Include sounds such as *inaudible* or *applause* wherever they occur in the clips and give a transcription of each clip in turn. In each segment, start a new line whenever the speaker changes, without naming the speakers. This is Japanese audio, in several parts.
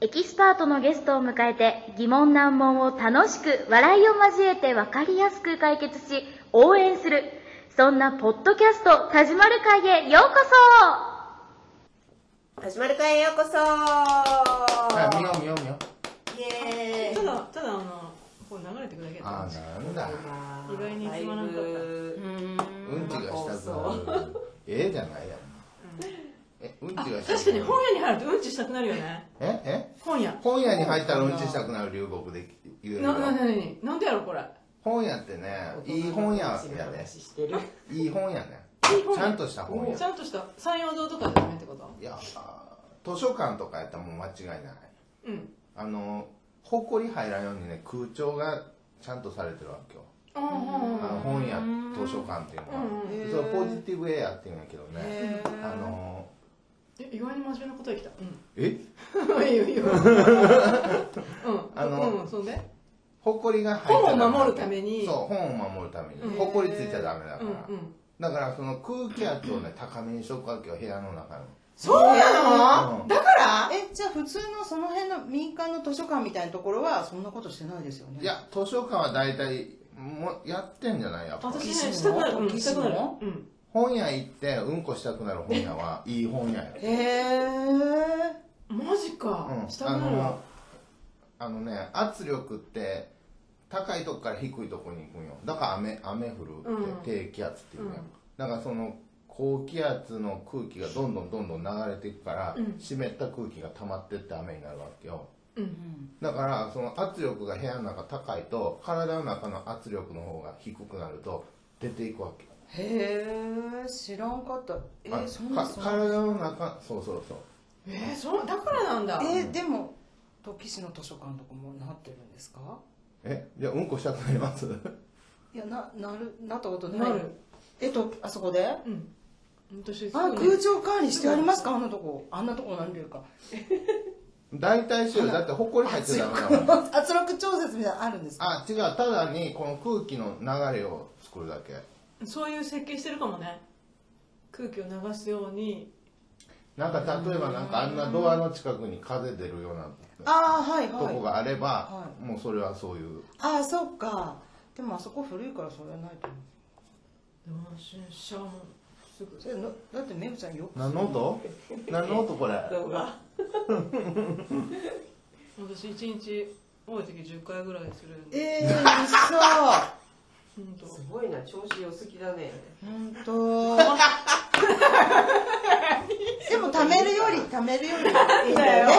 エキスパートのゲストを迎えて疑問難問を楽しく笑いを交えて分かりやすく解決し応援するそんなポッドキャスト「田島る会」へようこ
始まるかへようこそ
あ見よう見よう見よう
イエ
た
ーイ
だただあのこう流れてくだけだ
あ
っ
ーなんだ
意外につまらんかった
うんちがしたくなるええじゃないやんえうんち
たあ
がした
確か
く
に
なる
本屋に入るとうんちしたくなるよね
ええ
本屋
本屋に入ったらうんちしたくなる流木で言える
なななな
よ
になんでやろこれ
本屋ってねいい本屋やね
話してる
いい本屋ね
いい本屋
ちゃんとした本屋
ちゃんとした山陽堂とかじゃダメってこと
いやあー図書館とかやったらもう間違いない
うん
あの埃入らんようにね空調がちゃんとされてるわけよ
あー
あの本屋図書館っていうのは
うん
それポジティブエアっていうんやけどねあの
え意外に真面目なこと言ってきたう
え *laughs*
んいいよいいようん
あの
うんそんで
ほこりが入ったら
本を守るために
そう本を守るためにほこりついちゃダメだから、
うんうん
だからその空気圧をね高めにしとくわけよ部屋の中の
そうなの
の、うん
だから
えじゃあ普通のその辺の民間の図書館みたいなところはそんなことしてないですよね
いや図書館は大体もやってんじゃないやっぱ
私ね
岸の
したくなるうん
岸
したくなる
の
うん
本屋行ってうんこしたくなる本屋はいい本屋よ、
へえ
マジか
うん、
した
あ
くなる
のあのね圧力って高いとこから低いとこに行くんよだから雨雨降るって低気圧っていうね、
うん
だからその高気圧の空気がどんどんどんどん流れていくから、
うん
湿った空気が溜まってって雨になるわけよ
うん
だからその圧力が部屋の中高いと体の中の圧力の方が低くなると出ていくわけよ
へえ知らんかったえ
あ
そんな
か
そんな
体の中そうそうそう
えー、そうだからなんだ
えでも時市の図書館とかもなってるんですか
えじゃあうんこしたくなります *laughs*
いやななるなったことない
なる
えっとあそこであ
うん私すごいね
空調管理してありますかあんなとこあんなとこなんていうか
大体しようだってほこり入っちゃダメだもん
圧力調節みたいなのあるんですか
あ違うただにこの空気の流れを作るだけ
そういう設計してるかもね空気を流すように
なんか例えばなんかあんなドアの近くに風出るような
ああはい
とこ
はい
があれば、
は
もうそれはそういう
ああそっかでもあそこ古いからそれはないと思う
でも私シャワーもすぐ
それのだってめぐちゃんよく
何の音何の音これ
動画
私一日多い時10回ぐらいするんで
ええー、嘘
ほんと
すごいな調子良すぎだね
本当。 *laughs* でも貯めるより貯めるよりいいんだよね。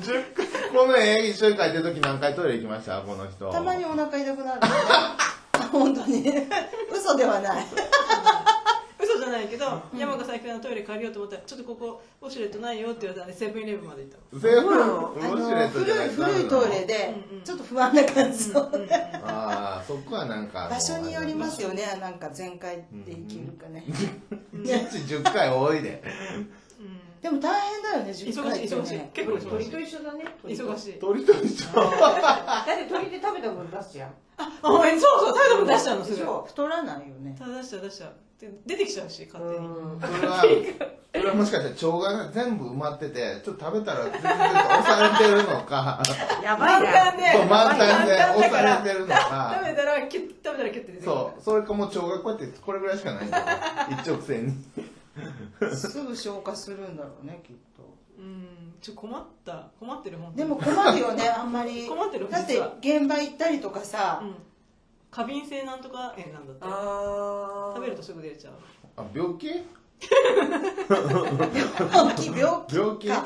10回この絵一緒に描いてる時何回トイレ行きましたこの人
たまにお腹痛くなる、ね。本当に嘘ではない。
嘘じゃないけど、山が最近のトイレ借りようと思ったらちょっとここウォシュレットないよって言われたんでセブンイレブンまで行った
全部
あ
ウォシュレ
の
ットじゃな
古い
くなるの
古いトイレで
うんうん
ちょっと不安な感じの。
ああそこはなんかあの
場所によりますよね。なんか全開で生きるかね。
一日10回多いで
でも大変だよね。10回って
忙しい忙しい
ね。
結構忙
鳥
しい
鳥と一緒だね
忙しい
鳥と一緒
だって鳥で食べたもの出すじゃん
あお前そうそう態度も出しちゃうのす
で
ぐ
しょ太らないよね。
ただ出しちゃう出しちゃうで出てきちゃうし勝手に
それはそれはもしかしたら腸が全部埋まっててちょっと食べたらずっと押されてるのか
やば
満
い
タン
な
で
そう満タンで
満タンだから
押されてるのか
食べたらキュッ食べたらキュッて出てくる
そうそれかもう腸がこうやってこれぐらいしかないんだよ一直線に
すぐ消化するんだろうねきっと。
うんちょ困った困ってる本当に
でも困るよ *laughs* ねあんまり
困ってる
だって
実は
現場行ったりとかさ、
うん過敏性なんとか炎なんだって
あ
食べるとすぐ出ちゃう
あ病気
病気病気
病気
か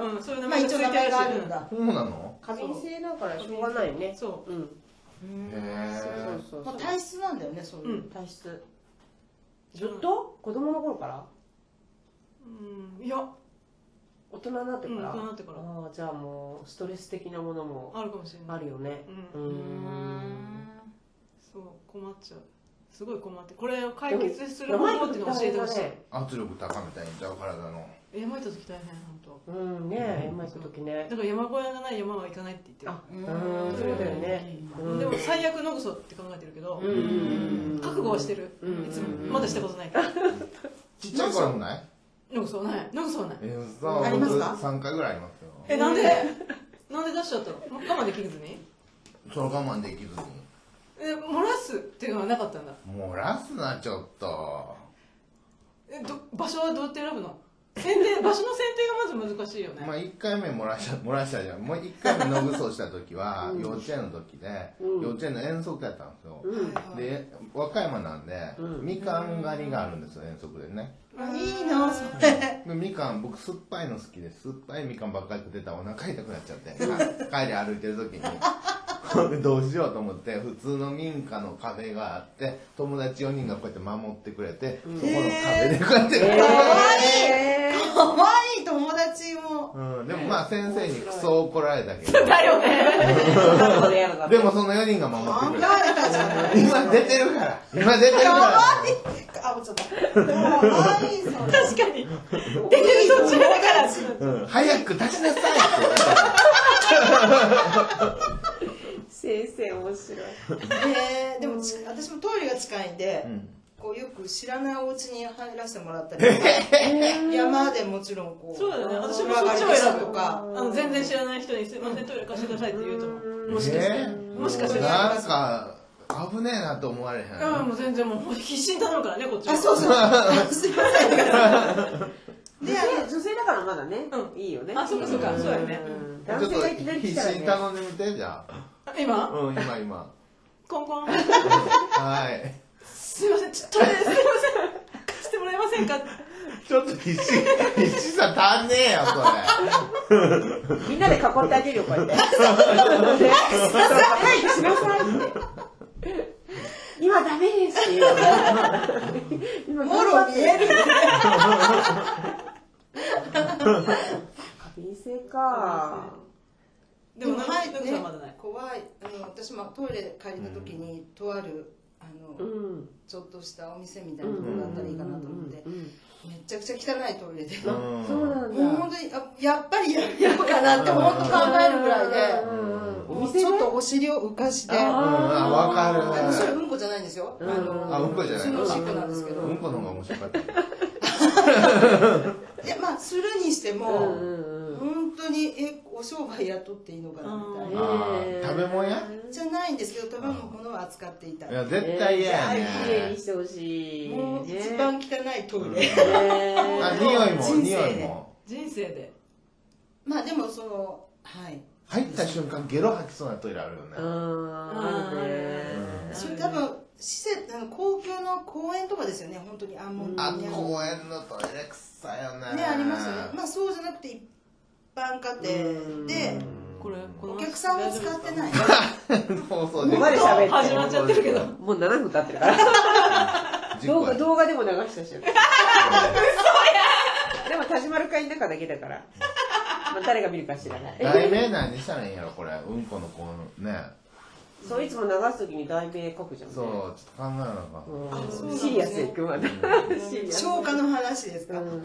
うんそういう名
まあ
前がつ
一応名
い
前
てる
があ
らしい
るんだ、
そうなの
過敏性だからしょうがないよね
そう
うん
へえ
そう
ま
そ
あ、
うそう
体質なんだよねそういう、
うん
体質ずっと子供の頃から
うんいや
大人になって
う
か
ん
ら
大人にな
あ
ってから
あじゃあもうストレス的なものも
あるかもしれな
あ
い
るよね
う
うん
そう困っちゃうすごい困ってこれを解決する方法っていうのを教えてほし
圧力高めたいんちゃう体の
い山行った時大変本当
うんね山行く時ね
だから山小屋がない山は行かないって言ってる
あうんそうだよねうん
でも最悪のこそって考えてるけど
うん
覚悟はしてる
うん
いつもまだしたことないから
ちっちゃい頃もない
なんかそうないなんかそうない
えー、そう
ありますか
僕3回ぐらいありますよ
えなんでなんで出しちゃったの我慢できずに
それ我慢できずに
え漏らすっていうのはなかったんだ
漏らすなちょっと
えど場所はどうやって選ぶの選定場所の選定がまず難しいよね、
まあ1回目漏らした漏らしたじゃんもう1回目野ぐそした時は、幼稚園の時で、
うん
幼稚園の遠足やったんですよ、
うん
で和歌山なんで、
うん
みかん狩りがあるんですよ遠足でね
いいなそれ
でみかん僕酸っぱいの好きで酸っぱいみかんばっかり食ってたらお腹痛くなっちゃってか *laughs* 帰り歩いてる時にどうしようと思って普通の民家の壁があって友達4人がこうやって守ってくれて、そこの壁でこうやって、
かわいいかわいい友達も
*laughs* うん、でもまあ先生にクソ怒られたけど
だよね
なんかでやるな
でもその4人が守
考
って
え
くれる
たじゃない
今出てるから今出てる
かわ
か
いいあ、ちょっと。かわいい、それ。
確かに出てる途中だから
ら、うん、早く立ちなさいって言われ
先生面白い
えー、でもち、私もトイレが近いんで
た、うん
こうよく知らないお家に入らせてもらったりとか、山でもちろんこう、
そうだよね私も
風呂上がり
そっちを選ぶ
とか、
あの全然知らない人に「すいませんトイレ貸してください」って言うと思うもしかして、
えー
もしかして
なんか危ねえなと思われへん、
うんもう全然もう必死に頼むからねこっちは
あ、そうそう、あすいません。で、
女
あ
性女性だからまだね、
う
いいよね
あそうかそうかそうやね
*laughs*
ん
ちょ
男
っ
性がいきな
と
り
必
来たら
死に
ね
頼んでみてじゃあ
今
うん今今
コンコン
はい
すいませんちょっとトイレすいません貸してもらえませんか
ちょっと必死必死さ足んねえよそ
みんなで囲ってあげるよこうやっ
*laughs*
て「ねしなさい」って「今ダメです」って言うの今
もろ見える。
過敏性か
でもなん
ね
かさんまだない
怖い。あの、私もトイレ借りた時に、とある、あ
う
の、
ん
ちょっとしたお店みたいなところだったらいいかなと思って
う、ん
めっちゃくちゃ汚いトイレで。
れ
うんそうなんだ
もう本当にあやっぱりやめようかなって本当考えるぐらいで
うん
もうちょっとお尻を浮かして
うん
あ
あ
あわかる
のそれうんこじゃないんですよ、
うん
あの
あうんこじゃない
普通のおしっこなんですけど、
うんこの方が面白かった
いやまあするにして
う
も、
んうんうん
本当にえお商売雇っていいのかなみたいな、
あー食べ物や
じゃないんですけど食べ物を扱っていた
いや絶対嫌や
えー綺麗
ね
にしてほしい
もう
ね
一番汚いトイレ、
ね
あ匂いも
人生
匂
で
いも
人生で
*laughs* まあでもそのはい
入った瞬間ゲロ吐きそうなトイレあるよ
う
ね
んあるね
それ多分施設あの公共の公園とかですよね本当にあんもん
あ公園のトイレ臭いよね
ねありますよね
*laughs*
まあそうじゃなくて一般家庭で
これこの
お客さんは使ってない
放送
ここまで喋って
始まっちゃってるけ
*laughs*
ど
もう7分経ってるから動画動画でも流したしでも田島る会の中だけだからまあ誰が見るか知らない
題名何にしたらいいんやろこれうんこのこのね
そういつも流すときに題名書くじゃんね
そうちょっと考えなあかん
うん
あそうなんですね
シリアスいくわねシリアス
消化の話です
う
か
ん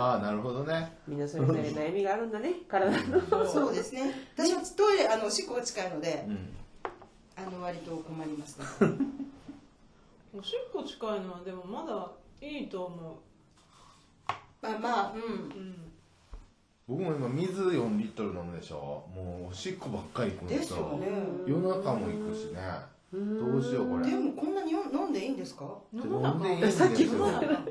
ああなるほどね
みんなそれぞれ悩みがあるんだね体の
そうですね私はトイレあのおしっこが近いので
うん
あの割と困りますね
*laughs*
おしっこ近いのはでもまだいいと思
まあまあ
う、うん、
僕も今水4リットル飲むでしょもうおしっこばっかり行くん
うん
で
ですす
よ
よね
夜中も行くしねどうしようこれ
でもこんなによ飲んでいいんですか
飲まな
飲んでいいん
い
です
*laughs*
飲
よ
まない飲まない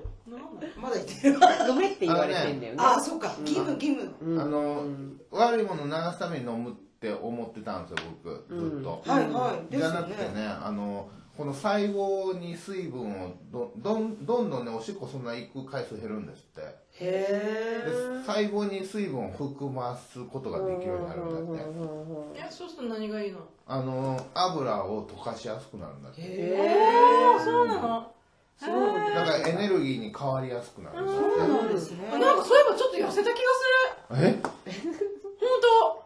まだ言ってる
飲めって言われてんだよね
あそうか義務義務
あ
あ
の悪いもの流すために飲むって思ってたんですよ僕ずっと
はいはいで
じ
す
ゃ
よ
なくて
ね
ねあのこの細胞に水分をどどんどんどんねおしっこそんな行く回数減るんですって
へ
で細胞に水分を含ますことができるようになるんだって
いやそうすると何がいいの
あの油を溶かしやすくなるんだって
え
えー、そうなの
そうなん
だからエネルギーに変わりやすくなるんだって
そうなんですね
あなんかそういえばちょっと痩せた気がする
え
本当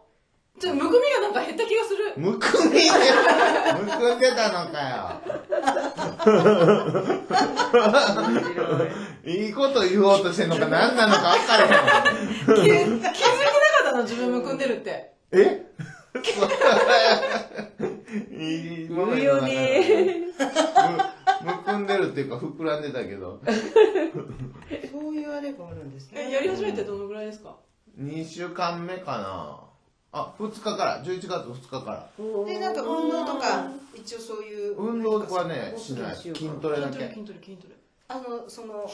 ちょっとむくみがなんか減った気がする
むくみでむくんでたのかよいいこと言おうとしてんのか何なのか分からへん
気づ気づきなかったの自分むくんでるって
えいいもの
言う
言わ
よ
ない
ね
むむくんでるっていうか膨らんでたけど
そういレープあるんですね。
えやり始めてどのぐらいですか
2週間目かなあ2日から11月2日から
で、なんか運動とか、一応そういう。
運動はねしない
そう
筋トレだ
筋トレ
け
筋トレ筋トレ
あの、その、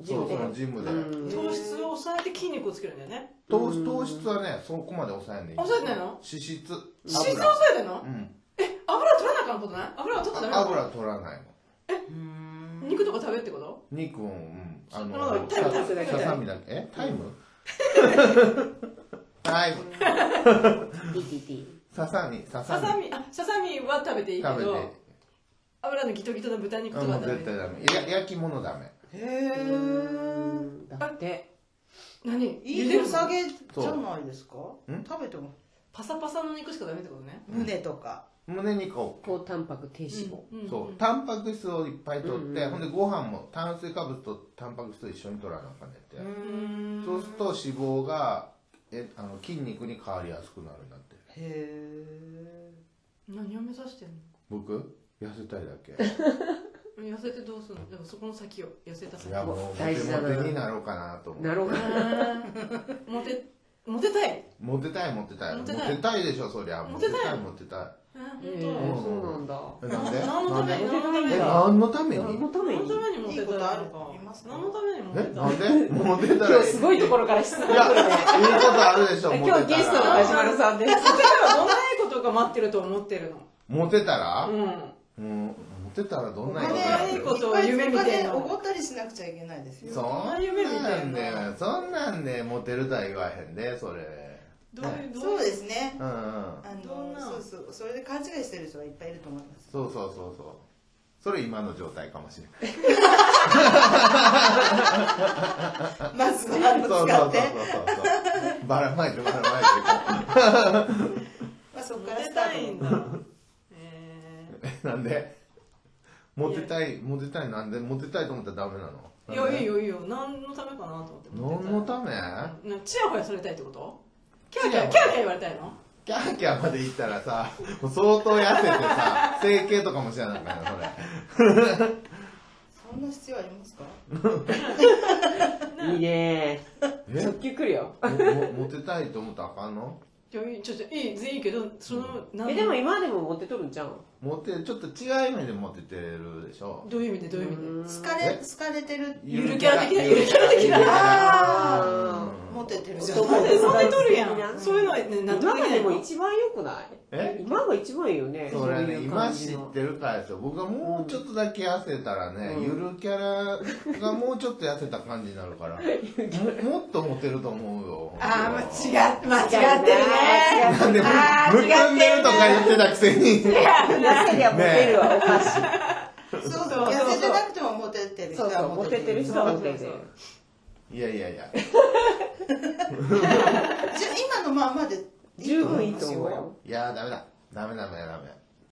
ジムで
そうそうジムで
うん
糖質を抑えて筋肉をつけるんだよね
糖質糖質はねそこまで抑えんでいい
抑えてないの
脂質
脂質を抑えてんの
うん
え油取らなあかんことない油は取ってダメなの
油取らないの
肉とか食べるってこと
肉をうんあ
あ
の
タイムタイム
ささみだけえタイ
*laughs*
ムタイム
PTT
ささみさ
ささ
さみ
みあささみは食べていいけ
食べて
ど油のギトギトの豚肉と
う
か
んもう
はダメ
絶対ダメいや焼き物ダメ
へ
う
ー。
んだって
何
い
茹
い
でる
良
の
さげじゃないですか
うん
食べても
パサパサの肉しかダメってことね
胸とか
胸肉を
高タンパク低脂肪
うんうん
そうタンパク質をいっぱい取って、
うんうん
ほんでご飯も炭水化物とタンパク質を一緒に取らなあかんねって、
うん
そうすると脂肪がえあの筋肉に変わりやすくなるんだって
へえ
何を目指してんの
僕痩せたいだけ
痩せてどうすんのでもそこの先を痩せた
い
先
や
を
もうモ
大
テ
事だな
モテになろうかなと思って
なるほど
モテモテたい
モテたいモテたい
モ
モ
テ
テ
たい
たいでしょそりゃ
モテたい
モテたい
えー
え
本
ーそうなんだ
え
当
なんで
何の
な
た
ん
め
で
に何のため
え
に
何のために
何のため
何のためにモ
に
テたい
い
のか
いことある
何のためにモテ
え
た
ないんでモテた
今
ら
日
いい
すごいところから質問
いやいいことあるでしょモテ
今日ゲス
た
トの
ら
梶原さんです
それからどんないいことが待ってると思ってるの
モテたら
う、ん
うん、モテたらどん
お
なこと
お金
や
金
い
い
いこ
ことと
を夢見てんの
おごったりしなくちゃいけないですよ
そん
あ夢みた
ないんで
な
そんなんでモテるとは言わへんでそれ
どういうどう
そう
い
で
う
すね
うんうん
あ
どん
の
な
そうそうそれで勘違いしてる人はいっぱいいると思います
そうそうそうそうそれ今の状態かもしれない
まずはあの
そうそ
使っ
うそうそう
て
そうばらまいてばらまい
まあそこ
モ
から
テ
スタ
たい
ー
ん
ト
だえー
てなんでモテたいモテたいなんでモテたいと思ったらダメなの
いやいい
よ
よいいよ何のためかなと思って
何のため
めチヤホヤされたいってことキャーキャーキャーキャー言われたいの
キャーキャーまで行ったらさもう相当痩せてさ整形とかもしれないからそれ
そんな必要ありますか
いいね
え
直球くるよ
ももモテたいと思ったらあかんの
いやいいちょちょいい全然いいけどその何
えでも今でも持ってとるんじゃん
モテちょっと違う意味でモテてるでしょ
どういう意味でどういう意味で
好かれ好かれてる
ゆるキャラ的なゆるキャラ的な
あ
あ
ーモテてるじゃん
男
そんなにとるやんそういうのはね納
今
得でき
が
な
で
い
も
の
一番良くない
え
今が一番いいよね
それ
う
ね
いう
今
感
知
じ
っ
の
てるからですよ僕がもうちょっとだけ痩せたらね、
うん
ゆるキャラがもうちょっと痩せた感じになる
*laughs*
からももっとモテると思うよ
あ
本当
ー *laughs* まあ違う間違ってるね
違うな
なんでむ
あー
むくんでるとか言ってたくせに
なせりゃモテるはおかしい。
そうそう痩せてなくてもモテてる人
そうそ
は
う、モ
モ
テ
テ
て
て
る
る
人
人
はモテてる。
いやいやいや
じゃあ今のまんまで
十分いいと思うよ。
いやダメだダメダメダメ